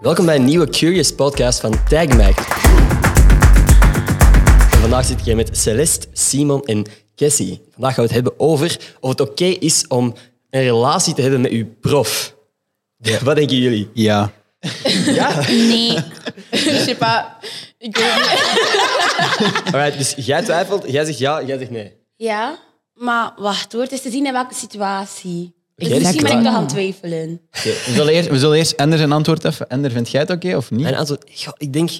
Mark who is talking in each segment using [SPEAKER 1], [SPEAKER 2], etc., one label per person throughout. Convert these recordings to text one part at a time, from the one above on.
[SPEAKER 1] Welkom bij een nieuwe Curious podcast van Tag Mike. En vandaag zit ik hier met Celeste, Simon en Cassie. Vandaag gaan we het hebben over of het oké is om een relatie te hebben met uw prof. Wat denken jullie?
[SPEAKER 2] Ja.
[SPEAKER 3] Nee. Dus Je sais pas. Ik weet het niet.
[SPEAKER 1] Alright, dus jij twijfelt, jij zegt ja, jij zegt nee.
[SPEAKER 3] Ja, maar wacht hoor. Het is te zien in welke situatie. Dus
[SPEAKER 1] Exact.
[SPEAKER 3] misschien ben ik nog aan het twijfelen.
[SPEAKER 2] We zullen eerst, we zullen eerst Ender zijn antwoord even. Ender, vind jij het oké of niet?
[SPEAKER 1] Mijn antwoord, goh, ik denk,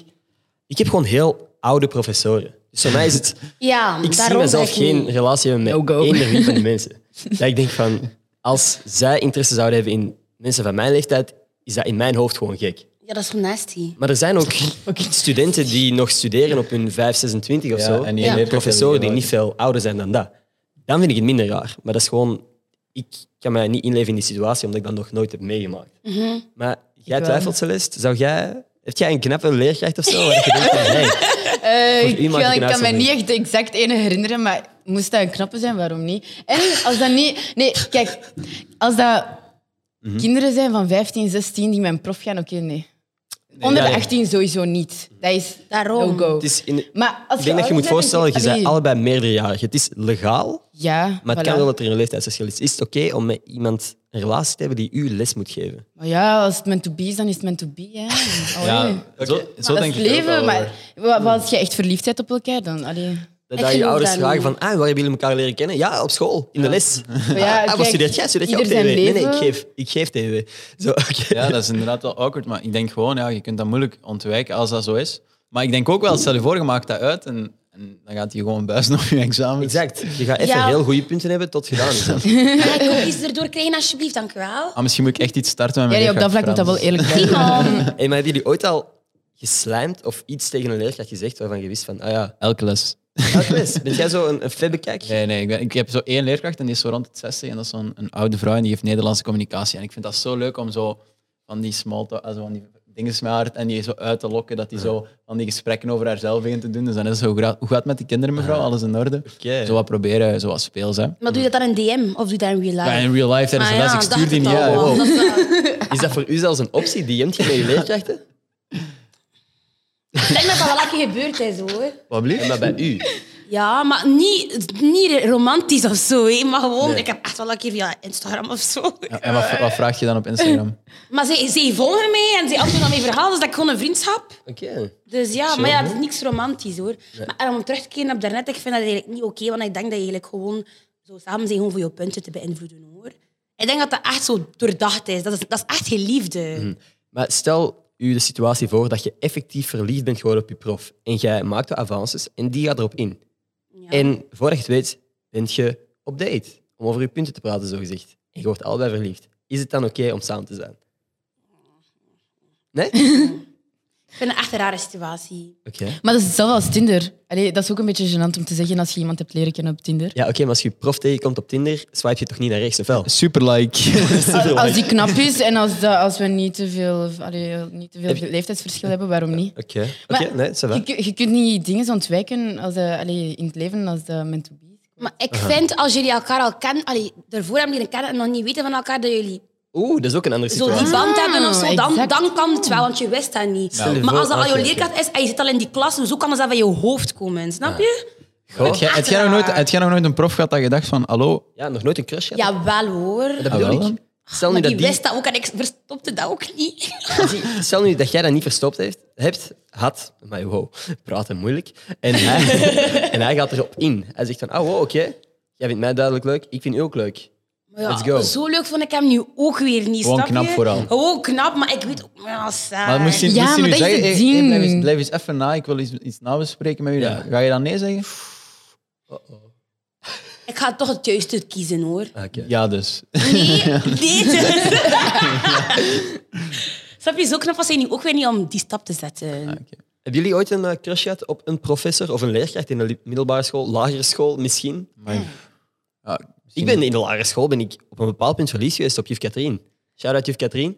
[SPEAKER 1] ik heb gewoon heel oude professoren. Dus voor mij is het,
[SPEAKER 3] Ja,
[SPEAKER 1] ik zie
[SPEAKER 3] daarom
[SPEAKER 1] mezelf
[SPEAKER 3] zeg ik
[SPEAKER 1] geen
[SPEAKER 3] niet.
[SPEAKER 1] relatie hebben met
[SPEAKER 4] No go.
[SPEAKER 1] één of van die mensen. Dat ik denk van, als zij interesse zouden hebben in mensen van mijn leeftijd, is dat in mijn hoofd gewoon gek.
[SPEAKER 3] Ja, dat is gewoon nasty.
[SPEAKER 1] Maar er zijn ook studenten die nog studeren op hun 5, 26 of
[SPEAKER 2] Ja,
[SPEAKER 1] zo.
[SPEAKER 2] en
[SPEAKER 1] En
[SPEAKER 2] die leerkrachten
[SPEAKER 1] professoren die
[SPEAKER 2] die
[SPEAKER 1] niet veel ouder zijn dan dat. Dan vind ik het minder raar. Maar dat is gewoon... Ik kan mij niet inleven in die situatie, omdat ik dat nog nooit heb meegemaakt. Maar jij
[SPEAKER 4] wel.
[SPEAKER 1] twijfelt, Celeste. Zou jij... Heb jij een knappe leerkracht of zo? Waar je denkt van, hey,
[SPEAKER 4] Eh,
[SPEAKER 1] Voor
[SPEAKER 4] ik,
[SPEAKER 1] u maak
[SPEAKER 4] wel-
[SPEAKER 1] ik
[SPEAKER 4] ik
[SPEAKER 1] een
[SPEAKER 4] kan mij niet
[SPEAKER 1] uitzondering.
[SPEAKER 4] echt de exact ene herinneren, maar moest dat een knappe zijn, waarom niet? En als dat niet... Nee, kijk, als dat
[SPEAKER 1] Mhm.
[SPEAKER 4] kinderen zijn van 15, 16 die met een prof gaan, oké, nee. Onder
[SPEAKER 1] ja,
[SPEAKER 4] de
[SPEAKER 1] ja.
[SPEAKER 4] 18 sowieso niet. Dat is
[SPEAKER 3] Daarom.
[SPEAKER 4] no-go.
[SPEAKER 1] het is in... Ik
[SPEAKER 4] Maar als
[SPEAKER 1] denk dat je
[SPEAKER 4] ouder
[SPEAKER 1] moet
[SPEAKER 4] bent,
[SPEAKER 1] voorstellen, je
[SPEAKER 4] allee,
[SPEAKER 1] bent allebei meerderjarig. Het is legaal,
[SPEAKER 4] Ja,
[SPEAKER 1] maar het
[SPEAKER 4] voilà.
[SPEAKER 1] kan wel dat er een leeftijdsverschil is. Is het oké om met iemand een relatie te hebben die u les moet geven?
[SPEAKER 4] Maar ja, als het meant to be is, dan is het meant to be. Hè. Allee.
[SPEAKER 2] zo, zo
[SPEAKER 4] dat
[SPEAKER 2] denk
[SPEAKER 4] is
[SPEAKER 2] ik er ook
[SPEAKER 4] leven,
[SPEAKER 2] wel
[SPEAKER 4] maar
[SPEAKER 2] over.
[SPEAKER 4] wa- wat als je echt verliefd bent op elkaar, dan... Allee.
[SPEAKER 1] Dat
[SPEAKER 3] Ik
[SPEAKER 1] je
[SPEAKER 3] geloof
[SPEAKER 1] ouders
[SPEAKER 3] dat
[SPEAKER 1] vragen
[SPEAKER 3] niet.
[SPEAKER 1] van, ah, waar hebben jullie elkaar leren kennen? Ja, op school, in de les.
[SPEAKER 4] Maar ja,
[SPEAKER 1] ah, wat
[SPEAKER 4] kijk,
[SPEAKER 1] studeert jij? Studeert jij op tv?
[SPEAKER 4] ieder zijn
[SPEAKER 1] Nee, nee, ik
[SPEAKER 4] leven.
[SPEAKER 1] geef, ik geef tv. Zo, oké.
[SPEAKER 2] Ja, dat is inderdaad wel awkward, maar ik denk gewoon, ja, je kunt dat moeilijk ontwijken als dat zo is. Maar ik denk ook wel, stel je voor, je maakt dat uit en, en dan gaat hij gewoon buizen op je examen.
[SPEAKER 1] Exact. Je gaat even
[SPEAKER 3] Ja.
[SPEAKER 1] heel goede punten hebben tot gedaan. is.
[SPEAKER 3] Mag ik cookies erdoor krijgen, alsjeblieft? Dank u wel.
[SPEAKER 2] Ah, misschien moet ik echt iets starten met
[SPEAKER 4] Ja,
[SPEAKER 2] mijn
[SPEAKER 4] nee, op dat vlak moet
[SPEAKER 2] leerkracht
[SPEAKER 4] dat wel eerlijk blijven.
[SPEAKER 3] Simon.
[SPEAKER 1] Hey, maar hebben jullie ooit al geslijmd of iets tegen een leerkracht gezegd waarvan je wist van, ah ja,
[SPEAKER 2] vooral. Elke les.
[SPEAKER 1] elke les. Ben jij zo een, een febbekijk?
[SPEAKER 2] Nee, nee, ik, ben- ik heb zo één leerkracht en die is zo rond het 60 en dat is zo'n een oude vrouw en die heeft Nederlandse communicatie. En ik vind dat zo leuk om zo van die small talk, also van die dingen met haar en die zo uit te lokken, dat die zo van die gesprekken over haarzelf begint te doen. Dus dan is het zo, hoe gaat hoe gaat het met de kinderen mevrouw, alles in orde?
[SPEAKER 1] Oké.
[SPEAKER 2] Zo wat proberen, zo wat speels hè.
[SPEAKER 3] Maar doe je dat dan in DM of doe je dat in real
[SPEAKER 2] Ja,
[SPEAKER 3] life?
[SPEAKER 2] in real life tijdens
[SPEAKER 3] Ah
[SPEAKER 2] de les,
[SPEAKER 3] ja,
[SPEAKER 2] ik stuur
[SPEAKER 3] dacht
[SPEAKER 2] die
[SPEAKER 3] het
[SPEAKER 2] niet
[SPEAKER 3] al,
[SPEAKER 2] uit.
[SPEAKER 3] want dat is, eh,
[SPEAKER 1] Is dat voor u zelfs een optie? DM't je met je leerkrachten?
[SPEAKER 3] Ik denk dat dat wel lekker gebeurd is hoor.
[SPEAKER 1] Wat blieft? Maar bij u.
[SPEAKER 3] Ja, maar niet, niet romantisch of zo. hè. Maar gewoon, ik heb echt wel een keer via Instagram of zo.
[SPEAKER 2] Ja, En wat, wat vraag je dan op Instagram?
[SPEAKER 3] Maar ze, ze volgen mij en ze antwoorden aan mijn verhaal, dus dat is gewoon een vriendschap.
[SPEAKER 1] Oké.
[SPEAKER 3] Dus ja, maar ja, het is niks romantisch hoor. Maar en om terug te keren op daarnet, ik vind dat eigenlijk niet oké, want ik denk dat je eigenlijk gewoon zo samen zijn gewoon voor je punten te beïnvloeden hoor. Ik denk dat dat echt zo doordacht is. Dat is, dat is echt geen liefde.
[SPEAKER 1] Mhm. Maar stel u de situatie voor dat je effectief verliefd bent geworden op je prof. En jij maakt de avances en die gaat erop in.
[SPEAKER 3] Ja.
[SPEAKER 1] En voordat je het weet, bent je op date. Om over je punten te praten, zogezegd. En je wordt allebei verliefd. Is het dan oké om samen te zijn? Nee? Oké.
[SPEAKER 3] Ik vind het echt een rare situatie.
[SPEAKER 4] Maar dat is hetzelfde als Tinder. Allee, dat is ook een beetje gênant om te zeggen als je iemand hebt leren kennen op Tinder.
[SPEAKER 1] Ja, oké, maar als je je prof tegenkomt op Tinder, swipe je toch niet naar rechts, of wel?
[SPEAKER 2] Super like.
[SPEAKER 4] Als, als die knap is en als, dat- als we niet te veel, allee, niet te
[SPEAKER 1] Heb je-
[SPEAKER 4] veel leeftijdsverschil hebben, waarom niet?
[SPEAKER 1] Oké, oké,
[SPEAKER 4] Maar-
[SPEAKER 1] nee, ça va.
[SPEAKER 4] Je, kun- je kunt niet dingen ontwijken als, eh, allee, in het leven als dat meant to be is.
[SPEAKER 3] Maar ik vind als jullie elkaar al kennen, allee, daarvoor hebben jullie kennen en nog niet weten van elkaar dat jullie
[SPEAKER 1] Oeh, dat is ook een andere
[SPEAKER 3] zo die
[SPEAKER 1] situatie.
[SPEAKER 3] band hebben of zo, dan,
[SPEAKER 4] exact.
[SPEAKER 3] dan kan het wel, want je wist dat niet.
[SPEAKER 1] Stel je
[SPEAKER 3] Maar
[SPEAKER 1] voor
[SPEAKER 3] als dat al
[SPEAKER 1] als je-
[SPEAKER 3] je leerkracht is en je zit al in die klas, dus hoe kan dat van je hoofd komen? Snap je?
[SPEAKER 1] Goh.
[SPEAKER 2] Heb jij- heb jij nog nooit- heb jij nog nooit een prof gehad dat je dacht van, hallo?
[SPEAKER 1] Ja, nog nooit een crush gehad?
[SPEAKER 3] Ja, wel hoor.
[SPEAKER 1] Dat bedoel
[SPEAKER 2] Ah, wel.
[SPEAKER 1] ik. Stel nu,
[SPEAKER 3] Maar
[SPEAKER 1] dat
[SPEAKER 3] die
[SPEAKER 1] die,
[SPEAKER 3] wist dat ook en ik verstopte dat ook niet.
[SPEAKER 1] stel nu dat jij dat niet verstopt heeft, hebt, had, maar wow, praten moeilijk. En hij, en hij gaat erop in. Hij zegt van, ah, wow, oké, jij vindt mij duidelijk leuk, ik vind u ook leuk.
[SPEAKER 3] Maar ja,
[SPEAKER 1] Let's go.
[SPEAKER 3] Zo leuk vond ik hem nu ook weer niet.
[SPEAKER 2] Gewoon
[SPEAKER 3] snap
[SPEAKER 2] knap
[SPEAKER 3] je?
[SPEAKER 2] vooral.
[SPEAKER 3] Gewoon knap, maar ik weet ook. Ja, saai.
[SPEAKER 2] Maar misschien,
[SPEAKER 4] Ja,
[SPEAKER 2] misschien
[SPEAKER 4] maar
[SPEAKER 2] u
[SPEAKER 4] dat is
[SPEAKER 2] zeggen,
[SPEAKER 4] het
[SPEAKER 2] "Hey, hey, blijf, eens,
[SPEAKER 4] ding."
[SPEAKER 2] blijf eens even na, ik wil iets, iets nabespreken met u.
[SPEAKER 1] Ja.
[SPEAKER 2] Ga je dan nee zeggen?
[SPEAKER 3] Ik ga toch het juiste kiezen hoor.
[SPEAKER 1] Ah, oké.
[SPEAKER 2] Ja, dus.
[SPEAKER 3] Nee, nee. Snap je, zo knap was hij nu ook weer niet om die stap te zetten.
[SPEAKER 1] Hebben jullie ooit een eh, crush gehad op een professor of een leerkracht in de li- middelbare school, lagere school misschien?
[SPEAKER 2] Ja,
[SPEAKER 1] Ik ben in de lagere school ben ik op een bepaald punt verliefd geweest op juf Katrien. Shout-out juf Katrien.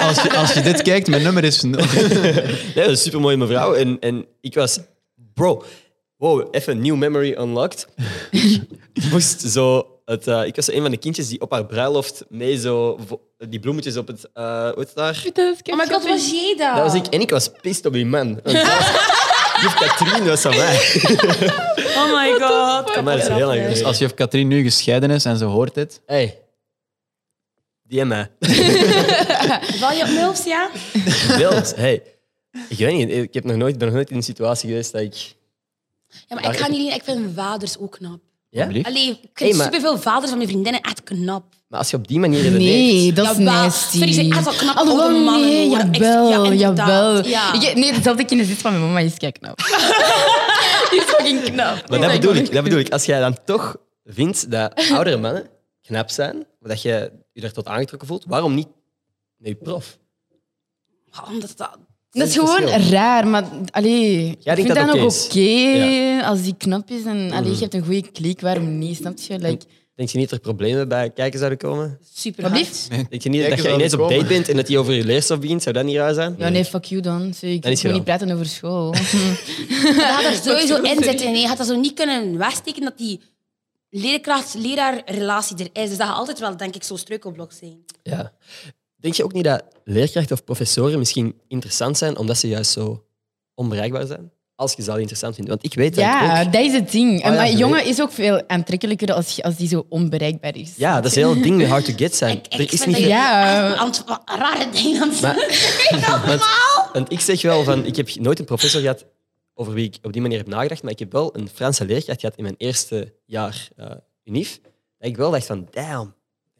[SPEAKER 2] als, je, als je dit kijkt, mijn nummer is nul.
[SPEAKER 1] Nee, dat is een supermooie mevrouw. En, en ik was... Bro, wow, even new memory unlocked. Ik moest zo het, eh, ik was zo een van de kindjes die op haar bruiloft mee zo vo- die bloemetjes op het. eh hoe heet het daar?
[SPEAKER 3] Oh my god, was jij dat?
[SPEAKER 1] Dat was ik. En ik was pist op die man. Want dat was- Juf Katrien was aan mij.
[SPEAKER 3] Oh my god.
[SPEAKER 1] Maar dat is heel lang
[SPEAKER 2] Dus
[SPEAKER 1] geleden.
[SPEAKER 2] als juf Katrien nu gescheiden is en ze hoort dit,
[SPEAKER 1] Hey. Die en mij.
[SPEAKER 3] Val je op milfs, ja?
[SPEAKER 1] Wild. Hey. Ik weet niet, ik heb nog nooit, ben nog nooit in een situatie geweest dat ik...
[SPEAKER 3] Ja, maar ik ga niet liegen, ik vind vaders ook knap.
[SPEAKER 1] Ja?
[SPEAKER 2] alsjeblieft.
[SPEAKER 3] Allee, ik vind
[SPEAKER 1] Hey, maar-
[SPEAKER 3] superveel vaders van mijn vriendinnen echt knap.
[SPEAKER 1] Maar als je op die manier redeneert...
[SPEAKER 4] Nee, dat is
[SPEAKER 3] Jawel.
[SPEAKER 4] nasty.
[SPEAKER 3] Sorry, ze echt wel knap
[SPEAKER 4] Alhoewel,
[SPEAKER 3] oude mannen
[SPEAKER 4] nee,
[SPEAKER 3] hoor. Ik- ja,
[SPEAKER 4] jawel,
[SPEAKER 3] inderdaad.
[SPEAKER 4] jawel.
[SPEAKER 3] Ja.
[SPEAKER 4] Ik, nee, dezelfde kinderzit van mijn mama is kijk knap. die is fucking knap.
[SPEAKER 3] Oh
[SPEAKER 1] Maar dat bedoel, ik, dat bedoel ik. Als jij dan toch vindt dat oudere mannen knap zijn, of dat je je daar tot aangetrokken voelt, waarom niet naar je prof?
[SPEAKER 3] Ja, Omdat dat...
[SPEAKER 4] Dat is
[SPEAKER 1] Dat is
[SPEAKER 4] gewoon
[SPEAKER 1] verschil.
[SPEAKER 4] raar, maar allee, ik
[SPEAKER 1] denkt
[SPEAKER 4] vind
[SPEAKER 1] dat
[SPEAKER 4] dat,
[SPEAKER 1] oké
[SPEAKER 4] nog
[SPEAKER 1] is. Mm.
[SPEAKER 4] oké als die knap is en allee, je hebt een goede klik, waarom niet? Snap je? Like,
[SPEAKER 1] Denk je niet dat er problemen bij kijken zouden komen?
[SPEAKER 3] Super
[SPEAKER 4] wat
[SPEAKER 3] hard.
[SPEAKER 4] blieft?
[SPEAKER 1] Denk je niet
[SPEAKER 2] Kijken
[SPEAKER 1] dat je ineens op
[SPEAKER 2] zouden
[SPEAKER 1] date
[SPEAKER 2] komen.
[SPEAKER 1] bent en dat die over je leerstof begint? Zou dat niet raar zijn?
[SPEAKER 4] Ja, nee, fuck you dan. Sorry, ik
[SPEAKER 1] Dan is
[SPEAKER 4] wil
[SPEAKER 1] je
[SPEAKER 4] niet praten over school.
[SPEAKER 3] Je gaat er sowieso in zitten. Nee, je gaat dat zo niet kunnen wegsteken dat die leerkracht-leraar-relatie er is. Dus dat gaat altijd wel, denk ik, zo'n struikelblok zijn.
[SPEAKER 1] Ja. Denk je ook niet dat leerkrachten of professoren misschien interessant zijn omdat ze juist zo onbereikbaar zijn? Als je ze al interessant vindt. Want ik weet dat ik
[SPEAKER 4] ja,
[SPEAKER 1] ook... Oh,
[SPEAKER 4] dat is het ding. En
[SPEAKER 1] ja,
[SPEAKER 4] maar
[SPEAKER 1] je
[SPEAKER 4] jongen is ook veel aantrekkelijker als, als die zo onbereikbaar is.
[SPEAKER 1] Ja, dat is heel het ding met hard to get zijn.
[SPEAKER 3] Ik, ik
[SPEAKER 1] er is
[SPEAKER 3] vind
[SPEAKER 1] niet
[SPEAKER 3] dat
[SPEAKER 1] veel-
[SPEAKER 4] Ja.
[SPEAKER 3] echt een ant- wat een rare ding aan het
[SPEAKER 1] Maar-
[SPEAKER 3] zeggen.
[SPEAKER 1] Want,
[SPEAKER 3] Normaal.
[SPEAKER 1] want ik zeg wel van, ik heb nooit een professor gehad over wie ik op die manier heb nagedacht, maar ik heb wel een Franse leerkracht gehad in mijn eerste jaar eh UNIF. Dat ik wel dacht van, damn,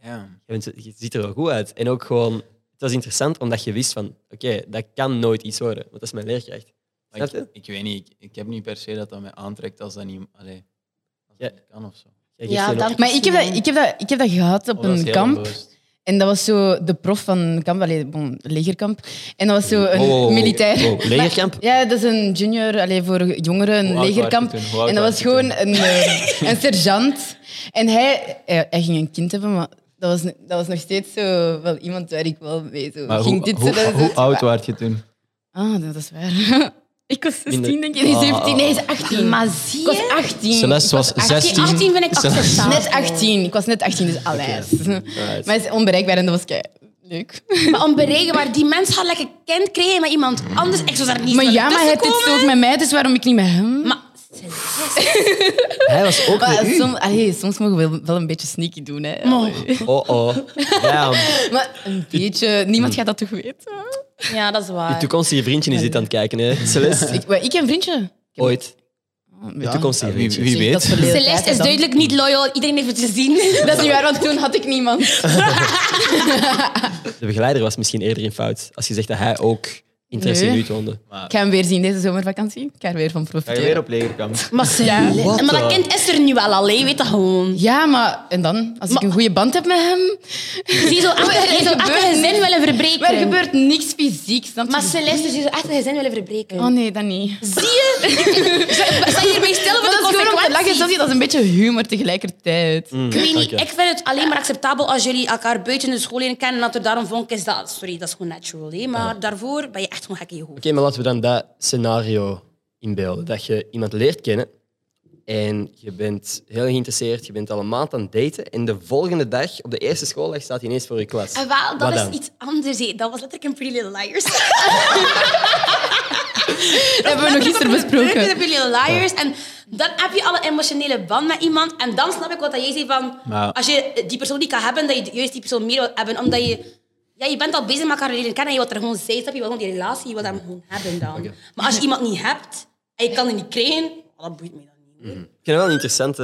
[SPEAKER 2] Ja.
[SPEAKER 1] je, bent, je ziet er wel goed uit. En ook gewoon, het was interessant omdat je wist van, oké, dat kan nooit iets worden, want dat is mijn leerkracht.
[SPEAKER 2] Maar
[SPEAKER 1] Snap
[SPEAKER 2] Ik, ik weet niet, ik, ik heb niet per se dat dat mij aantrekt als dat niet, allee, als dat
[SPEAKER 1] Ja.
[SPEAKER 2] niet kan of zo.
[SPEAKER 1] Jij geeft
[SPEAKER 3] Ja,
[SPEAKER 1] geen-
[SPEAKER 3] dank
[SPEAKER 4] Maar ik heb, dat, ik, heb dat, ik heb dat gehad op
[SPEAKER 2] Oh, dat is
[SPEAKER 4] een
[SPEAKER 2] heel
[SPEAKER 4] kamp.
[SPEAKER 2] onbewust.
[SPEAKER 4] En dat was zo de prof van een kamp, allee, bon, legerkamp. En dat was zo een
[SPEAKER 1] Wow, wow, wow.
[SPEAKER 4] militair.
[SPEAKER 1] Wow, legerkamp?
[SPEAKER 4] Ja, dat is een junior allee, voor jongeren,
[SPEAKER 2] Hoe
[SPEAKER 4] een
[SPEAKER 2] oud
[SPEAKER 4] legerkamp.
[SPEAKER 2] waren die toen? Hoe oud
[SPEAKER 4] En dat
[SPEAKER 2] waren
[SPEAKER 4] was
[SPEAKER 2] die
[SPEAKER 4] gewoon een, eh, een sergeant. En hij, eh, hij, hij ging een kind hebben, maar dat was, dat was nog steeds zo, wel iemand waar ik wel mee zo
[SPEAKER 2] Maar
[SPEAKER 4] ging.
[SPEAKER 2] hoe,
[SPEAKER 4] dit, zo,
[SPEAKER 2] hoe,
[SPEAKER 4] dat,
[SPEAKER 2] hoe,
[SPEAKER 4] zo.
[SPEAKER 2] oud waard je toen?
[SPEAKER 4] Ah, dat is waar. ik was 16,
[SPEAKER 1] Minder-
[SPEAKER 4] denk ik.
[SPEAKER 2] Ah.
[SPEAKER 4] Nee, 17, nee, ze 18.
[SPEAKER 3] Maar
[SPEAKER 4] ik
[SPEAKER 3] zie
[SPEAKER 4] was
[SPEAKER 3] je?
[SPEAKER 4] 18.
[SPEAKER 2] Celeste
[SPEAKER 4] Ik
[SPEAKER 2] was 16.
[SPEAKER 3] 18 vind ik acceptabel.
[SPEAKER 4] Net 18. Ik was net 18, dus alles.
[SPEAKER 1] Alright.
[SPEAKER 4] Maar hij is onbereikbaar en dat was kei leuk.
[SPEAKER 3] Maar onberekenbaar. Die mens gaat lekker kind krijgen met iemand anders. Ik zou daar niet
[SPEAKER 4] Maar
[SPEAKER 3] van
[SPEAKER 4] ja, maar hij
[SPEAKER 3] tussen
[SPEAKER 4] zit
[SPEAKER 3] komen.
[SPEAKER 4] zo ook met mij, dus waarom ik niet met hem?
[SPEAKER 3] Maar
[SPEAKER 1] Hij was ook
[SPEAKER 4] Maar
[SPEAKER 1] met u.
[SPEAKER 4] soms, allee, soms mogen we wel, wel een beetje sneaky doen. Hè. Allee.
[SPEAKER 1] Oh, oh. Damn.
[SPEAKER 4] Maar een beetje, niemand gaat dat toch weten?
[SPEAKER 3] ja, dat is
[SPEAKER 1] Je
[SPEAKER 3] waar.
[SPEAKER 1] toekomstige vriendje is dit aan het kijken, hè? Celeste,
[SPEAKER 4] Ik, maar ik heb een vriendje.
[SPEAKER 1] ooit.
[SPEAKER 4] Ja.
[SPEAKER 1] Toekomstige
[SPEAKER 2] Wie,
[SPEAKER 1] vriendje.
[SPEAKER 2] wie
[SPEAKER 4] Zie, dat
[SPEAKER 2] weet.
[SPEAKER 4] verleden tijd,
[SPEAKER 3] Celeste
[SPEAKER 4] hè,
[SPEAKER 3] is
[SPEAKER 4] dan.
[SPEAKER 3] duidelijk niet loyal. Iedereen heeft het gezien.
[SPEAKER 4] Dat is niet waar, want toen had ik niemand.
[SPEAKER 1] De begeleider was misschien eerder in fout. Als je zegt dat hij ook interesse in
[SPEAKER 4] Nee.
[SPEAKER 1] u toonde.
[SPEAKER 4] Ik ga hem weer zien deze zomervakantie. Ik ga er weer van
[SPEAKER 2] Ga je
[SPEAKER 4] profiteren.
[SPEAKER 2] weer op legerkamp?
[SPEAKER 3] Maar, Celeste-
[SPEAKER 1] What
[SPEAKER 3] maar dat
[SPEAKER 1] the-
[SPEAKER 3] kind is er nu wel al. hè. Je weet dat gewoon.
[SPEAKER 4] Ja, maar en dan? Als ik een goede band heb met hem,
[SPEAKER 3] Zie zo achter,
[SPEAKER 4] Er
[SPEAKER 3] je zou achter
[SPEAKER 4] gebeurt
[SPEAKER 3] gezin
[SPEAKER 4] niks.
[SPEAKER 3] willen verbreken.
[SPEAKER 4] maar er gebeurt niks fysiek. Snap je?
[SPEAKER 3] Maar Celeste, je zou achter gezin willen verbreken.
[SPEAKER 4] Oh nee, dat niet.
[SPEAKER 3] Zie je? Sta je hierbij stil
[SPEAKER 4] Maar
[SPEAKER 3] voor de
[SPEAKER 4] dat is gewoon om te lachen.
[SPEAKER 3] consequenties?
[SPEAKER 4] snap je? Dat is een beetje humor tegelijkertijd.
[SPEAKER 3] Ik weet niet,
[SPEAKER 1] Oké.
[SPEAKER 3] ik vind het alleen maar acceptabel als jullie elkaar buiten de school leren kennen en dat er daarom vonk is. Dat, sorry, dat is gewoon natural. Hè? Maar daarvoor ben je echt gewoon gek in je hoofd.
[SPEAKER 1] Oké, maar laten we dan dat scenario inbeelden. Dat je iemand leert kennen en je bent heel geïnteresseerd, je bent al een maand aan het daten en de volgende dag, op de eerste schooldag, staat hij ineens voor je klas.
[SPEAKER 3] En wel,
[SPEAKER 1] Wat
[SPEAKER 3] dat
[SPEAKER 1] dan?
[SPEAKER 3] is iets anders. hè. Dat was letterlijk een Pretty Little Liars.
[SPEAKER 4] Dat hebben we nog gisteren
[SPEAKER 3] Dat
[SPEAKER 4] besproken.
[SPEAKER 3] Pretty Little Liars. En dan heb je al een emotionele band met iemand. En dan snap ik wat dat jij zei van...
[SPEAKER 2] Maar-
[SPEAKER 3] Als je die persoon niet kan hebben, dat je juist die persoon meer wil hebben. Omdat je... Ja, je bent al bezig met elkaar leren kennen. En je wilt er gewoon zijn. Snap je? Je wilt gewoon die relatie. Je wilt hem gewoon hebben dan. Maar als je iemand niet hebt, en je kan die niet krijgen... oh, dat boeit me dan niet. hoor.
[SPEAKER 1] Ik vind het wel een interessant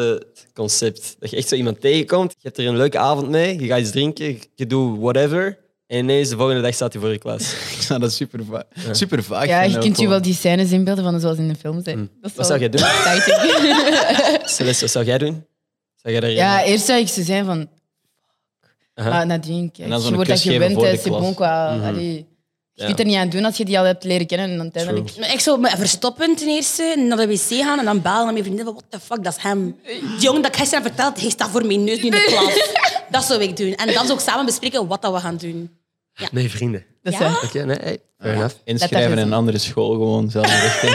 [SPEAKER 1] concept. Dat je echt zo iemand tegenkomt, je hebt er een leuke avond mee, je gaat iets drinken, je doet whatever. En ineens de volgende dag staat hij voor je klas.
[SPEAKER 2] Ja, dat is super, va super vaag.
[SPEAKER 4] Ja, je kunt je wel
[SPEAKER 2] die
[SPEAKER 4] die scènes inbeelden van zoals in de film zijn. Dat is
[SPEAKER 1] Wat zou
[SPEAKER 4] wel
[SPEAKER 1] jij doen?
[SPEAKER 4] exciting.
[SPEAKER 1] Celeste, wat zou jij doen? Zou jij daar
[SPEAKER 4] Ja, eerst zou ik ze zijn van. Maar nadien, kijk,
[SPEAKER 2] En dan zo'n
[SPEAKER 4] je wordt dat
[SPEAKER 2] kus geven
[SPEAKER 4] gewend,
[SPEAKER 2] voor
[SPEAKER 4] hè,
[SPEAKER 2] de
[SPEAKER 4] c'est
[SPEAKER 2] klas.
[SPEAKER 4] bon qua. allee. Je
[SPEAKER 1] Ja.
[SPEAKER 4] kunt er niet aan doen als je die al hebt leren kennen en uiteindelijk.
[SPEAKER 3] Maar ik zou me verstoppen ten eerste, naar de wc gaan en dan bellen naar mijn vriendin van what the fuck, dat is hem. Die jongen dat ik gisteren heb verteld, hij staat voor mijn neus nu in de klas. Dat zou ik doen. En dan zou ik samen bespreken wat dat we gaan doen.
[SPEAKER 1] Nee, vrienden.
[SPEAKER 4] Dat is
[SPEAKER 3] Ja.
[SPEAKER 4] waar.
[SPEAKER 1] Oké, nee, hey, fair enough.
[SPEAKER 4] Dat
[SPEAKER 2] Inschrijven
[SPEAKER 4] is-
[SPEAKER 2] in een andere school, gewoon zelf richting.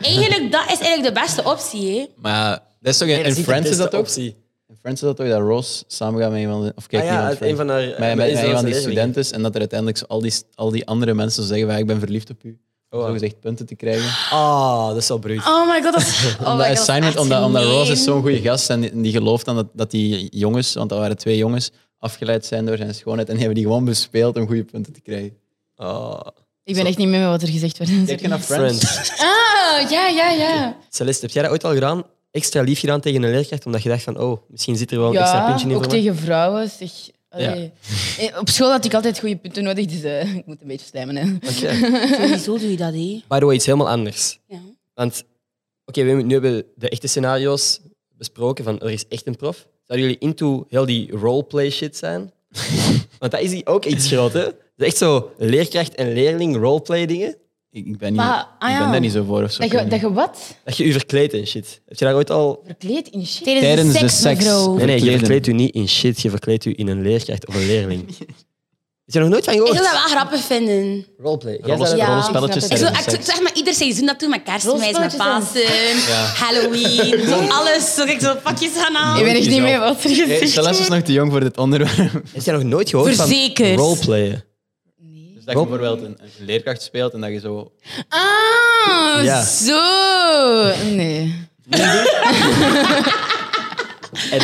[SPEAKER 3] Eigenlijk, dat is eigenlijk de beste optie, hè.
[SPEAKER 2] maar dat is toch in, in
[SPEAKER 1] dat is niet dus de
[SPEAKER 2] Friends is dat
[SPEAKER 1] beste
[SPEAKER 2] ook?
[SPEAKER 1] optie.
[SPEAKER 2] In Friends is dat toch, dat Rose samengaat met iemand, of kijk
[SPEAKER 1] Ah ja,
[SPEAKER 2] iemand
[SPEAKER 1] uit
[SPEAKER 2] Friends.
[SPEAKER 1] een van haar-
[SPEAKER 2] met,
[SPEAKER 1] met
[SPEAKER 2] met
[SPEAKER 1] een
[SPEAKER 2] een
[SPEAKER 1] van
[SPEAKER 2] van
[SPEAKER 1] zijn
[SPEAKER 2] die
[SPEAKER 1] leerlingen.
[SPEAKER 2] studenten en dat er uiteindelijk zo al, die, al die andere mensen zo zeggen van, ik ben verliefd op u. Om
[SPEAKER 1] wow.
[SPEAKER 2] zo gezegd punten te krijgen.
[SPEAKER 1] Ah, dat is wel bruut.
[SPEAKER 4] Oh my god, dat is... Oh
[SPEAKER 2] omdat
[SPEAKER 4] my god,
[SPEAKER 2] assignment,
[SPEAKER 4] echt
[SPEAKER 2] omdat, omdat Rose is
[SPEAKER 4] gemeen.
[SPEAKER 2] zo'n goede gast en die, die gelooft dan dat, dat die jongens, want dat waren twee jongens, afgeleid zijn door zijn schoonheid en die hebben die gewoon bespeeld om goede punten te krijgen.
[SPEAKER 1] Ah,
[SPEAKER 4] Ik ben echt niet meer met wat er gezegd werd.
[SPEAKER 2] Kijk naar Friends.
[SPEAKER 1] Friends.
[SPEAKER 4] Ah, ja, ja, ja.
[SPEAKER 1] Celeste, heb jij dat ooit al gedaan? Extra lief gedaan tegen een leerkracht, omdat je dacht van, oh, misschien zit er wel een extra
[SPEAKER 4] Ja,
[SPEAKER 1] puntje in
[SPEAKER 4] ook
[SPEAKER 1] voor mij.
[SPEAKER 4] tegen vrouwen. Zeg. Allee. Eh, Op school had ik altijd goede punten nodig, dus eh, ik moet een beetje slijmen. Hè.
[SPEAKER 1] Oké.
[SPEAKER 3] Sowieso doe je dat, hé.
[SPEAKER 1] By the way, iets helemaal anders.
[SPEAKER 3] Ja.
[SPEAKER 1] Want, oké, we hebben- nu hebben we de echte scenario's besproken van er is echt een prof. Zouden jullie into heel die roleplay shit zijn? Want dat is die ook iets groot, hè? Dat is echt zo leerkracht en leerling roleplay dingen.
[SPEAKER 2] Ik, ik ben, niet,
[SPEAKER 4] Maar, ah
[SPEAKER 2] ik
[SPEAKER 4] ja.
[SPEAKER 2] ben daar niet zo voor of zo.
[SPEAKER 4] Dat, je, dat je wat?
[SPEAKER 1] Dat je u verkleedt en shit. Heb je daar ooit al...
[SPEAKER 4] Verkleed in shit.
[SPEAKER 2] Tijdens de seks.
[SPEAKER 3] mevrouw.
[SPEAKER 1] Nee, nee, je
[SPEAKER 2] Verkleden.
[SPEAKER 1] verkleedt u niet in shit. Je verkleedt u in een leerkracht of een leerling. Heb je er nog nooit van
[SPEAKER 3] Ik
[SPEAKER 1] gehoord?
[SPEAKER 3] zou dat wel grappig vinden.
[SPEAKER 1] Roleplay. Jij
[SPEAKER 2] Rollenspel-
[SPEAKER 1] zei dat-
[SPEAKER 3] Ja.
[SPEAKER 2] rollenspelletjes
[SPEAKER 4] Ik
[SPEAKER 3] Ik
[SPEAKER 4] zou-
[SPEAKER 3] wil
[SPEAKER 2] tijdens de
[SPEAKER 3] eigenlijk
[SPEAKER 2] seks.
[SPEAKER 3] zeg maar ieder seizoen dat doen met kerstmis, met
[SPEAKER 4] Rolspelletjes
[SPEAKER 3] Pasen, Halloween, zo alles. Zo, ik zo pakjes gaan aan.
[SPEAKER 4] Ik weet echt niet
[SPEAKER 2] Jezelf.
[SPEAKER 4] meer wat er
[SPEAKER 2] Hey,
[SPEAKER 4] gezegd
[SPEAKER 2] Celeste is
[SPEAKER 4] wordt.
[SPEAKER 2] nog te jong voor dit onderwerp.
[SPEAKER 1] Heb jij nog nooit gehoord
[SPEAKER 3] Verzekerd.
[SPEAKER 1] van roleplayen?
[SPEAKER 2] Dus dat je bijvoorbeeld een, een leerkracht speelt en dat je zo...
[SPEAKER 4] Ah,
[SPEAKER 1] Ja.
[SPEAKER 4] zo. Nee.
[SPEAKER 1] En,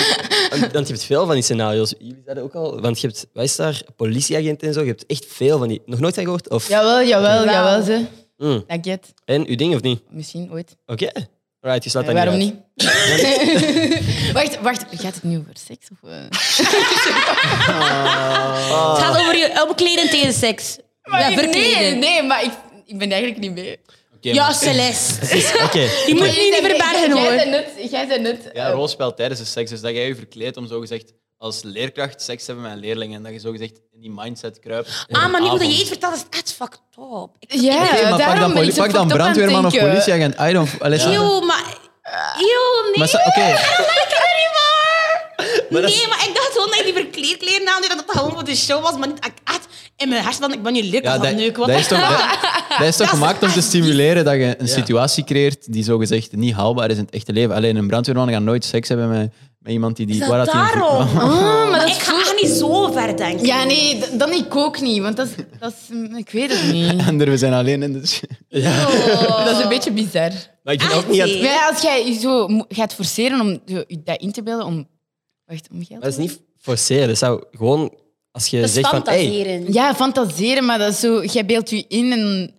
[SPEAKER 1] en- want je hebt veel van die scenario's. Jullie zeiden ook al, want je hebt, wat is daar, politieagent en zo. Je hebt echt veel van die. Nog nooit van gehoord? Of,
[SPEAKER 4] Jawel, jawel,
[SPEAKER 3] Wauw.
[SPEAKER 4] jawel. Ze.
[SPEAKER 1] Mm.
[SPEAKER 4] Dank je het.
[SPEAKER 1] En uw ding of niet?
[SPEAKER 4] Misschien ooit.
[SPEAKER 1] Oké. Right, je slaat
[SPEAKER 4] Eh,
[SPEAKER 1] dat
[SPEAKER 4] waarom
[SPEAKER 1] niet
[SPEAKER 4] niet?
[SPEAKER 1] uit.
[SPEAKER 4] Nee. wacht, wacht. Gaat het nu over seks? Of, eh?
[SPEAKER 3] Het gaat over je opkleden tegen seks. Ja,
[SPEAKER 4] nee,
[SPEAKER 3] verkleden.
[SPEAKER 4] nee, maar ik, ik ben eigenlijk niet mee.
[SPEAKER 2] Oké,
[SPEAKER 3] Ja,
[SPEAKER 2] maar-
[SPEAKER 3] Celeste.
[SPEAKER 1] Oké.
[SPEAKER 3] Die moet je niet verbergen,
[SPEAKER 4] Jij
[SPEAKER 3] hoor.
[SPEAKER 4] bent net... Jij bent net
[SPEAKER 2] Ja,
[SPEAKER 4] eh,
[SPEAKER 2] een rolspel tijdens de seks is dat jij je verkleedt om zogezegd als leerkracht seks te hebben met een leerling en dat je zogezegd in die mindset kruipt.
[SPEAKER 3] Ah, maar nu dat je
[SPEAKER 2] Avond.
[SPEAKER 3] iets vertelt, is echt fucked up. Ik-
[SPEAKER 4] ja,
[SPEAKER 2] Oké, maar pak
[SPEAKER 4] daarom
[SPEAKER 2] dan,
[SPEAKER 4] ben
[SPEAKER 2] poli-
[SPEAKER 4] ik zo
[SPEAKER 2] pak dan
[SPEAKER 4] fucked up aan het
[SPEAKER 2] brandweerman of
[SPEAKER 4] denken.
[SPEAKER 2] politieagent. I don't... Allee, snap je?
[SPEAKER 3] Eeuw, maar... Eeuw, nee.
[SPEAKER 2] Ah. Maar ze- oké.
[SPEAKER 1] Maar dat is-
[SPEAKER 3] nee, maar ik dacht gewoon dat ik die verkleedkleren aan deed, dat dat gewoon voor de show was, maar niet dat ik echt in mijn hersenen ik ben je leuk
[SPEAKER 2] Ja,
[SPEAKER 3] aan het
[SPEAKER 2] dat,
[SPEAKER 3] neuken.
[SPEAKER 2] dat is toch, dat, dat is toch
[SPEAKER 3] Dat is
[SPEAKER 2] gemaakt om te
[SPEAKER 3] echt
[SPEAKER 2] stimuleren dat je een situatie creëert die zogezegd niet haalbaar is in het echte leven. Alleen een brandweerman gaat nooit seks hebben met, met iemand die... Oh. die
[SPEAKER 3] Is dat
[SPEAKER 2] waar hij een-
[SPEAKER 3] daarom?
[SPEAKER 4] Ah, maar
[SPEAKER 3] Maar
[SPEAKER 4] dat is-
[SPEAKER 3] ik ga echt niet zo ver denken.
[SPEAKER 4] Ja, nee, d- dan ik ook niet, want dat is... Dat is mm, ik weet het niet.
[SPEAKER 2] En er- we zijn alleen in de...
[SPEAKER 4] Dat is een beetje bizar.
[SPEAKER 1] Maar ik vind
[SPEAKER 3] Echt
[SPEAKER 1] ook niet... Dat,
[SPEAKER 3] niet.
[SPEAKER 1] maar
[SPEAKER 4] Oh. Maar ja, als jij je zo mo- gaat forceren om zo je dat in te beelden, om... Wacht, om geld
[SPEAKER 1] dat is
[SPEAKER 4] te-
[SPEAKER 1] niet forceren. Dat zou gewoon... Als je
[SPEAKER 3] Dat is
[SPEAKER 1] zegt van... Hey,
[SPEAKER 3] fantaseren.
[SPEAKER 4] Ja, fantaseren, maar dat is zo... Jij beeldt je in en...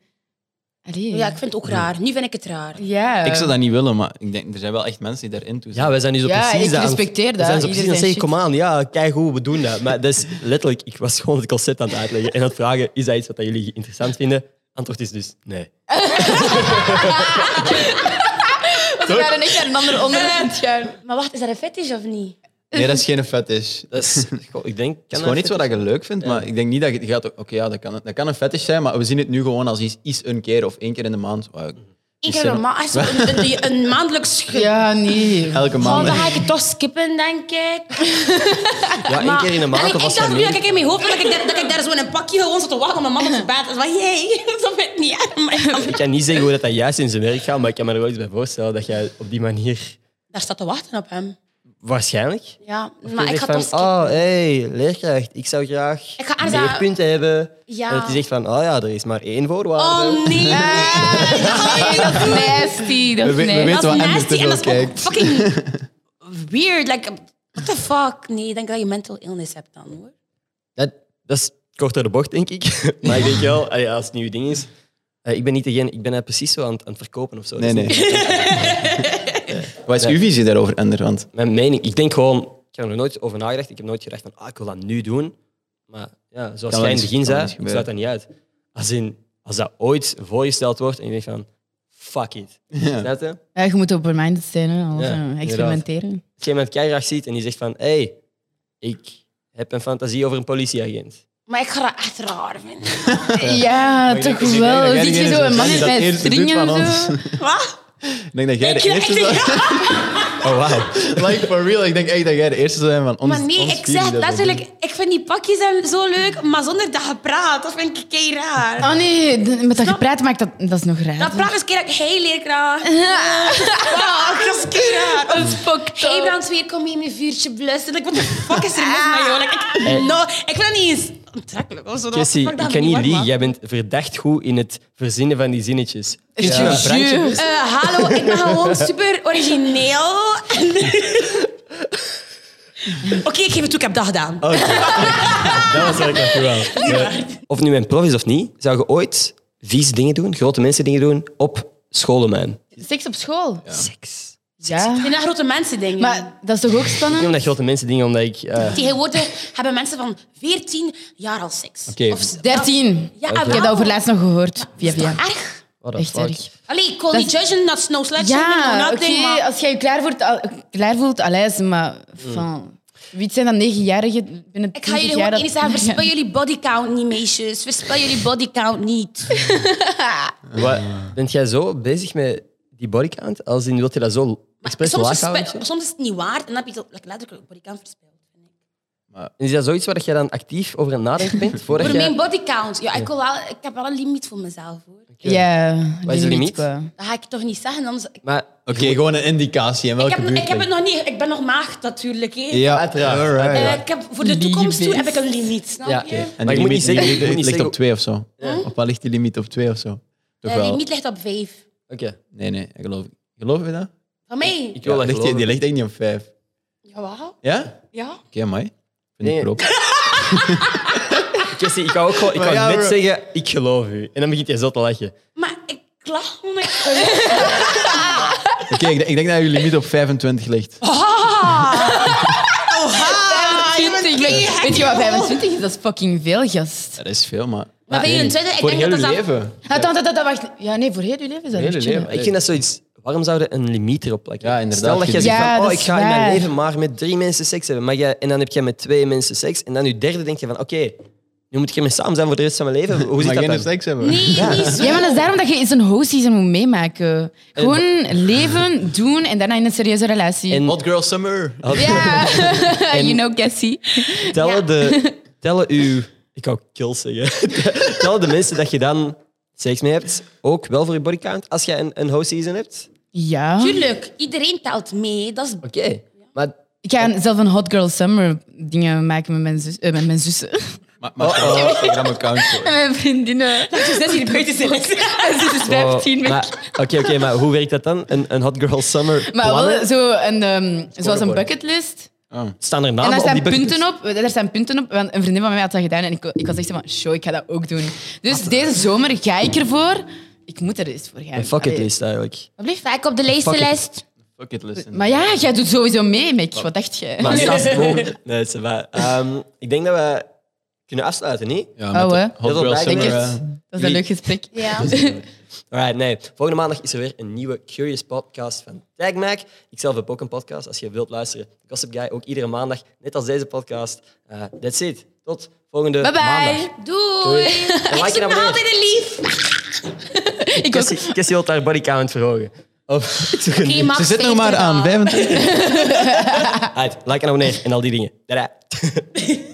[SPEAKER 4] Allee.
[SPEAKER 3] Ja, ik vind het ook raar. Nu vind ik het raar.
[SPEAKER 4] Ja.
[SPEAKER 2] Ik zou dat niet willen, maar ik denk, er zijn wel echt mensen die daarin toe zijn.
[SPEAKER 1] ja, wij zijn nu zo
[SPEAKER 4] Ja,
[SPEAKER 1] precies...
[SPEAKER 4] ik
[SPEAKER 1] aan-
[SPEAKER 4] respecteer
[SPEAKER 1] We
[SPEAKER 4] dat.
[SPEAKER 1] zijn zo
[SPEAKER 4] Ieder
[SPEAKER 1] precies aan het
[SPEAKER 4] zijn
[SPEAKER 1] zeggen, kom aan, ja, kijk hoe we doen dat. Maar dat is letterlijk... Ik was gewoon het concept aan het uitleggen en aan het vragen, is dat iets wat dat jullie interessant vinden? Antwoord is dus nee.
[SPEAKER 4] We waren echt naar een ander onderwerp aan het gaan.
[SPEAKER 3] Maar wacht, is dat een fetish of niet?
[SPEAKER 2] Nee, dat is geen fetish.
[SPEAKER 1] Dat is... Dus, Goh, ik denk...
[SPEAKER 2] Het is gewoon iets
[SPEAKER 1] dat-
[SPEAKER 2] wat je leuk vindt, maar ik denk niet dat je je gaat... Oké, ja, dat, kan, dat kan een fetish zijn, maar we zien het nu gewoon als iets, iets een keer of één keer in de maand. Wauw.
[SPEAKER 3] Ik
[SPEAKER 2] Is
[SPEAKER 3] heb
[SPEAKER 2] er-
[SPEAKER 3] normaal als een, een, een maandelijks ge-
[SPEAKER 4] Ja, nee.
[SPEAKER 2] Elke
[SPEAKER 3] Oh,
[SPEAKER 2] maand.
[SPEAKER 3] dan ga ik het toch skippen, denk ik.
[SPEAKER 1] Ja, één
[SPEAKER 3] Maar-
[SPEAKER 1] keer in de
[SPEAKER 3] En
[SPEAKER 1] maand
[SPEAKER 3] ik-
[SPEAKER 1] of als
[SPEAKER 3] Ik dacht
[SPEAKER 1] dat
[SPEAKER 3] nu dat
[SPEAKER 1] meer...
[SPEAKER 3] ik in mijn hoofd had dat ik, daar- dat ik daar zo in een pakje gewoon zat te wachten op mijn man op zijn bed. Dat is van, jee, dat vind ik niet erg. maar-
[SPEAKER 1] Ik kan niet zeggen hoe dat, dat juist in zijn werk gaat, maar ik kan me er wel iets bij voorstellen dat jij op die manier
[SPEAKER 3] Daar staat te wachten op hem.
[SPEAKER 1] waarschijnlijk.
[SPEAKER 3] Ja,
[SPEAKER 1] Je
[SPEAKER 3] maar ik
[SPEAKER 1] zegt
[SPEAKER 3] ga toch
[SPEAKER 1] van,
[SPEAKER 3] skippen.
[SPEAKER 1] oh, hey, leerkracht, ik zou graag
[SPEAKER 3] Ik ga aan
[SPEAKER 1] meer
[SPEAKER 3] zijn-
[SPEAKER 1] punten hebben.
[SPEAKER 3] Ja.
[SPEAKER 1] En dat hij zegt van, oh ja, er is maar één voorwaarde.
[SPEAKER 3] Oh nee,
[SPEAKER 4] Nee, dat is nasty. Dat
[SPEAKER 2] We
[SPEAKER 4] is
[SPEAKER 2] we- we weten
[SPEAKER 4] nasty.
[SPEAKER 3] dat
[SPEAKER 2] wat
[SPEAKER 3] is
[SPEAKER 2] Anders te
[SPEAKER 3] nasty en
[SPEAKER 2] veel
[SPEAKER 3] dat is ook
[SPEAKER 2] kijkt.
[SPEAKER 3] fucking weird. Like, what the fuck? Nee, ik denk dat je mental illness hebt dan, hoor.
[SPEAKER 1] dat, dat is kort door de bocht, denk ik. maar ik denk wel, allee, als het nu uw ding is... eh, ik ben niet degene, ik ben het precies zo aan, het- aan het verkopen of zo. Dus
[SPEAKER 2] Nee,
[SPEAKER 1] Dat is
[SPEAKER 2] nee.
[SPEAKER 1] niet
[SPEAKER 2] Wat is uw visie daarover, Ender? Want
[SPEAKER 1] Mijn mening, ik denk gewoon, ik heb er nog nooit over nagedacht. Ik heb nooit gedacht van, ah, ik wil dat nu doen. Maar ja, zoals jij
[SPEAKER 2] wel
[SPEAKER 1] in
[SPEAKER 2] eens-
[SPEAKER 1] het begin
[SPEAKER 2] kan wel
[SPEAKER 1] zei,
[SPEAKER 2] eens
[SPEAKER 1] ik
[SPEAKER 2] gebeuren.
[SPEAKER 1] sluit dat niet uit. Als, in, als dat ooit voorgesteld wordt en je denkt van, fuck it. Snap je?
[SPEAKER 4] Ja, je moet open-minded zijn, hè, anders
[SPEAKER 1] Ja,
[SPEAKER 4] eh,
[SPEAKER 1] inderdaad.
[SPEAKER 4] experimenteren.
[SPEAKER 1] als je iemand keihard ziet en die zegt van hé, hey, ik heb een fantasie over een politieagent.
[SPEAKER 3] Maar ik ga dat echt raar vinden.
[SPEAKER 4] Ja,
[SPEAKER 2] ik
[SPEAKER 4] toch
[SPEAKER 2] denk- ik denk dat
[SPEAKER 4] wel.
[SPEAKER 2] jij
[SPEAKER 4] Ziet je
[SPEAKER 2] degene
[SPEAKER 4] zo een
[SPEAKER 2] bent
[SPEAKER 4] man
[SPEAKER 2] die
[SPEAKER 4] in
[SPEAKER 2] dat
[SPEAKER 4] zijn
[SPEAKER 2] eerste doet
[SPEAKER 4] stringen
[SPEAKER 2] van
[SPEAKER 4] en
[SPEAKER 2] ons.
[SPEAKER 4] zo?
[SPEAKER 3] Wat?
[SPEAKER 2] Ik denk dat jij
[SPEAKER 3] Ik
[SPEAKER 2] de
[SPEAKER 3] echt
[SPEAKER 2] eerste bent.
[SPEAKER 3] ja.
[SPEAKER 2] Oké, Oh, wow. Like, for real. Ik denk echt dat jij de eerste zou zijn van ons.
[SPEAKER 3] Maar nee,
[SPEAKER 2] ons
[SPEAKER 3] ik
[SPEAKER 2] vier
[SPEAKER 3] zeg
[SPEAKER 2] die dat
[SPEAKER 3] letterlijk,
[SPEAKER 2] doen.
[SPEAKER 3] ik vind die pakjes en zo leuk, maar zonder dat je praat, dat vind ik kei raar.
[SPEAKER 4] Oh nee, d- met dat gepraat maakt dat, dat is nog raar.
[SPEAKER 3] Dat praat is kei raar. Hey leerkracht. Ah, dat is kei raar. Dat is fucked Hey brandweer, kom hier mijn vuurtje blussen. Ik, wat de fuck is er mis met jou? Like, ik, no, ik vind dat niet eens aantrekkelijk. of zo. Dat-
[SPEAKER 1] Jessie,
[SPEAKER 3] fuck, dat
[SPEAKER 1] ik kan
[SPEAKER 3] vind
[SPEAKER 1] niet
[SPEAKER 3] warm,
[SPEAKER 1] liegen.
[SPEAKER 3] man.
[SPEAKER 1] Jij bent verdacht goed in het verzinnen van die zinnetjes. Is je
[SPEAKER 4] Ja.
[SPEAKER 1] een brandje?
[SPEAKER 4] Jus.
[SPEAKER 3] Eh, hallo, ik ben gewoon super origineel. Oké, ik geef het toe, ik heb dat gedaan.
[SPEAKER 1] Oh. Dat was eigenlijk een verhaal. Of nu mijn prof is of niet, zou je ooit vieze dingen doen, grote mensen dingen doen, op scholen, man?
[SPEAKER 4] Seks op school? Ja.
[SPEAKER 1] Seks.
[SPEAKER 3] En dat grote mensen dingen.
[SPEAKER 4] Maar dat is toch ook
[SPEAKER 1] Ik noem
[SPEAKER 4] spannend?
[SPEAKER 1] dat grote mensen dingen omdat ik... eh,
[SPEAKER 3] Tegenwoordig hebben mensen van 14 jaar al seks.
[SPEAKER 1] Oké.
[SPEAKER 3] Of ze-
[SPEAKER 4] 13.
[SPEAKER 3] Ja,
[SPEAKER 4] Ik heb
[SPEAKER 3] wauw.
[SPEAKER 4] dat over laatst nog gehoord. Via via.
[SPEAKER 3] Erg.
[SPEAKER 1] what the
[SPEAKER 4] Echt
[SPEAKER 1] fuck.
[SPEAKER 4] erg.
[SPEAKER 3] Allee, ik kon
[SPEAKER 4] Dat
[SPEAKER 3] niet judgen, dat is no sledging, no
[SPEAKER 4] Ja, oké.
[SPEAKER 3] nothing, maar-
[SPEAKER 4] Als jij je klaar, voelt, al- klaar voelt, allez, maar van... Wie zijn dat negenjarigen binnen
[SPEAKER 3] Ik ga jullie
[SPEAKER 4] 20
[SPEAKER 3] gewoon
[SPEAKER 4] jaar?
[SPEAKER 3] eens zeggen,
[SPEAKER 4] dat-
[SPEAKER 3] verspil jullie bodycount niet, meisjes. Verspil jullie bodycount niet.
[SPEAKER 1] Wat, bent jij zo bezig met die bodycount? Als in, wilt je dat zo expres
[SPEAKER 3] soms,
[SPEAKER 1] laag
[SPEAKER 3] verspe-
[SPEAKER 1] houden? of zo?
[SPEAKER 3] soms is het niet waard en dan heb je zo- like, letterlijk bodycount verspild.
[SPEAKER 1] En is dat zoiets waar jij dan actief over aan het nadenken bent? Voordat
[SPEAKER 3] Voor
[SPEAKER 1] jij-
[SPEAKER 3] mijn bodycount, ja, ik, wil wel, ik heb wel een limiet voor mezelf. Hoor.
[SPEAKER 4] Ja.
[SPEAKER 1] Wat is de limiet?
[SPEAKER 4] qua-
[SPEAKER 3] Dat ga ik toch niet zeggen, anders...
[SPEAKER 1] Maar
[SPEAKER 2] Oké, gewoon een indicatie. In welke
[SPEAKER 3] Ik heb,
[SPEAKER 2] buurt
[SPEAKER 3] ik heb
[SPEAKER 2] ben
[SPEAKER 3] het
[SPEAKER 2] je?
[SPEAKER 3] nog niet... Ik ben nog maagd, natuurlijk. Hè.
[SPEAKER 2] Ja,
[SPEAKER 1] Uiteraard.
[SPEAKER 2] alright.
[SPEAKER 3] Eh, ik heb, voor de toekomst toe heb ik een limiet, snap
[SPEAKER 1] Ja.
[SPEAKER 3] je?
[SPEAKER 1] Oké. Maar
[SPEAKER 2] En die
[SPEAKER 1] ik moet
[SPEAKER 2] limiet
[SPEAKER 1] niet zeggen-
[SPEAKER 2] die
[SPEAKER 1] ik moet niet
[SPEAKER 2] ligt
[SPEAKER 1] zeggen-
[SPEAKER 2] op twee of zo. Of waar ligt die limiet op twee of zo? Toch
[SPEAKER 3] De
[SPEAKER 2] wel?
[SPEAKER 3] Eh, limiet ligt op vijf.
[SPEAKER 1] Oké.
[SPEAKER 2] Nee, nee, ik geloof Geloof je dat?
[SPEAKER 3] Van mij?
[SPEAKER 1] Ik wil dat
[SPEAKER 2] Ja, ligt die,
[SPEAKER 1] geloven.
[SPEAKER 2] die ligt echt niet op vijf.
[SPEAKER 3] Jawel.
[SPEAKER 2] Ja? Oké,
[SPEAKER 3] Ja.
[SPEAKER 2] mooi. Vind
[SPEAKER 1] Nee.
[SPEAKER 2] ik erop.
[SPEAKER 1] Jessie, ik wou ook gewoon, ik wou
[SPEAKER 2] Maar ja,
[SPEAKER 1] net
[SPEAKER 2] bro.
[SPEAKER 1] zeggen, ik geloof u. En dan begint je zo te lachen.
[SPEAKER 3] Maar ik lach omdat ik
[SPEAKER 2] Oké, ik, denk- ik denk dat je limiet op 25 ligt.
[SPEAKER 3] Ah.
[SPEAKER 4] Ah, Weet je wat 25 is? Dat is fucking veel, gast.
[SPEAKER 2] Dat is veel, maar...
[SPEAKER 3] Maar ben je
[SPEAKER 2] nee,
[SPEAKER 3] een tweede? Ik
[SPEAKER 2] Voor
[SPEAKER 3] denk
[SPEAKER 2] heel
[SPEAKER 3] dat
[SPEAKER 2] je
[SPEAKER 3] dat is aan-
[SPEAKER 2] leven.
[SPEAKER 4] Ja. dat dat wacht. Ja, nee, voor heel je leven is dat
[SPEAKER 2] Heel
[SPEAKER 4] echt
[SPEAKER 2] je
[SPEAKER 4] chill.
[SPEAKER 2] leven.
[SPEAKER 1] Ik vind dat zoiets... Waarom zouden een limiet erop plakken?
[SPEAKER 2] Ja, inderdaad.
[SPEAKER 1] Stel dat jij zegt
[SPEAKER 4] Ja,
[SPEAKER 1] van, oh,
[SPEAKER 4] dat
[SPEAKER 1] ik
[SPEAKER 4] is
[SPEAKER 1] ga in mijn
[SPEAKER 4] waar.
[SPEAKER 1] leven maar met drie mensen seks hebben. Maar jij, en dan heb jij met twee mensen seks. En dan je derde denk je van, oké, nu moet ik ermee samen zijn voor de rest van mijn leven. Hoe
[SPEAKER 2] maar
[SPEAKER 1] zit
[SPEAKER 2] geen
[SPEAKER 1] dat dan?
[SPEAKER 2] seks hebben.
[SPEAKER 3] Nee, niet zo.
[SPEAKER 4] Ja, maar dat is daarom dat je eens een hoogseason moet meemaken. Gewoon leven, doen en daarna in een serieuze relatie.
[SPEAKER 1] En-
[SPEAKER 2] Hot Girl Summer.
[SPEAKER 4] ja, you know Cassie.
[SPEAKER 1] Tellen, de, tellen uw... Ik wou kill zeggen. tellen de mensen dat je dan seks mee hebt, ook wel voor je bodycount, als jij een, een host season hebt?
[SPEAKER 4] Ja.
[SPEAKER 3] Tuurlijk, iedereen telt mee. Dat is...
[SPEAKER 1] Oké. Maar
[SPEAKER 4] Ik ga zelf een hot girl summer dingen maken met mijn, zus, eh, met mijn zussen.
[SPEAKER 2] Maar, maar oh, oh. Instagram-account.
[SPEAKER 4] Met mijn vriendinnen. Dat dus je zes hier buiten zit. En ze is
[SPEAKER 1] Oh,
[SPEAKER 4] 15.
[SPEAKER 1] maar-
[SPEAKER 4] Maar,
[SPEAKER 1] Oké, oké, maar hoe werkt dat dan? Een, een Hot Girl Summer
[SPEAKER 4] maar
[SPEAKER 1] plannen?
[SPEAKER 4] wel eh, zo een, ehm, zoals een
[SPEAKER 2] Scorebord.
[SPEAKER 4] bucketlist.
[SPEAKER 1] Staan er
[SPEAKER 4] En
[SPEAKER 1] namen
[SPEAKER 4] daar
[SPEAKER 1] op
[SPEAKER 4] staan
[SPEAKER 1] Ah, die bucket?
[SPEAKER 4] punten op. Daar staan punten op. Want een vriendin van mij had dat gedaan en ik, ik was echt zo van, show, ik ga dat ook doen. Dus
[SPEAKER 1] Ah,
[SPEAKER 4] deze zomer ga ik ervoor. Ik moet er eens voor gaan.
[SPEAKER 1] Een fuck it
[SPEAKER 4] Allee.
[SPEAKER 1] list eigenlijk.
[SPEAKER 4] Wat blijft?
[SPEAKER 3] Sta ik op de lezenlijst?
[SPEAKER 2] Fuck it, listen.
[SPEAKER 4] Maar ja, jij doet sowieso mee, Mick. Wat dacht jij?
[SPEAKER 1] Maar staat gewoon... Nee, ze maar. Ehm, ik denk dat we kunnen afsluiten, niet?
[SPEAKER 2] Ja,
[SPEAKER 4] Oh, hè.
[SPEAKER 2] met de Hot
[SPEAKER 1] Heel veel
[SPEAKER 2] Girl
[SPEAKER 4] Denk
[SPEAKER 2] Summer.
[SPEAKER 1] blijken.
[SPEAKER 2] eh,
[SPEAKER 4] het. Dat is
[SPEAKER 1] wie-
[SPEAKER 4] een leuk gesprek.
[SPEAKER 3] Ja.
[SPEAKER 1] Alright, nee. Volgende maandag is er weer een nieuwe Curious podcast van TagMac. Ik zelf heb ook een podcast, als je wilt luisteren. Gossip Guy, ook iedere maandag, net als deze podcast. Eh, that's it. Tot volgende
[SPEAKER 4] Bye
[SPEAKER 1] maandag.
[SPEAKER 4] bye.
[SPEAKER 1] Doei.
[SPEAKER 3] Doei.
[SPEAKER 1] En
[SPEAKER 3] Ik
[SPEAKER 1] like en
[SPEAKER 3] zoek nog
[SPEAKER 1] abonneer.
[SPEAKER 3] altijd een lief.
[SPEAKER 4] Ik ook.
[SPEAKER 1] Cassie Cassie wil haar bodycount verhogen. Of, ik zoek een
[SPEAKER 3] Oké,
[SPEAKER 1] nieuwe.
[SPEAKER 3] mag
[SPEAKER 2] Ze zit nog maar
[SPEAKER 3] 70
[SPEAKER 2] aan 25.
[SPEAKER 1] Alright, like en abonneer en al die dingen. Tada.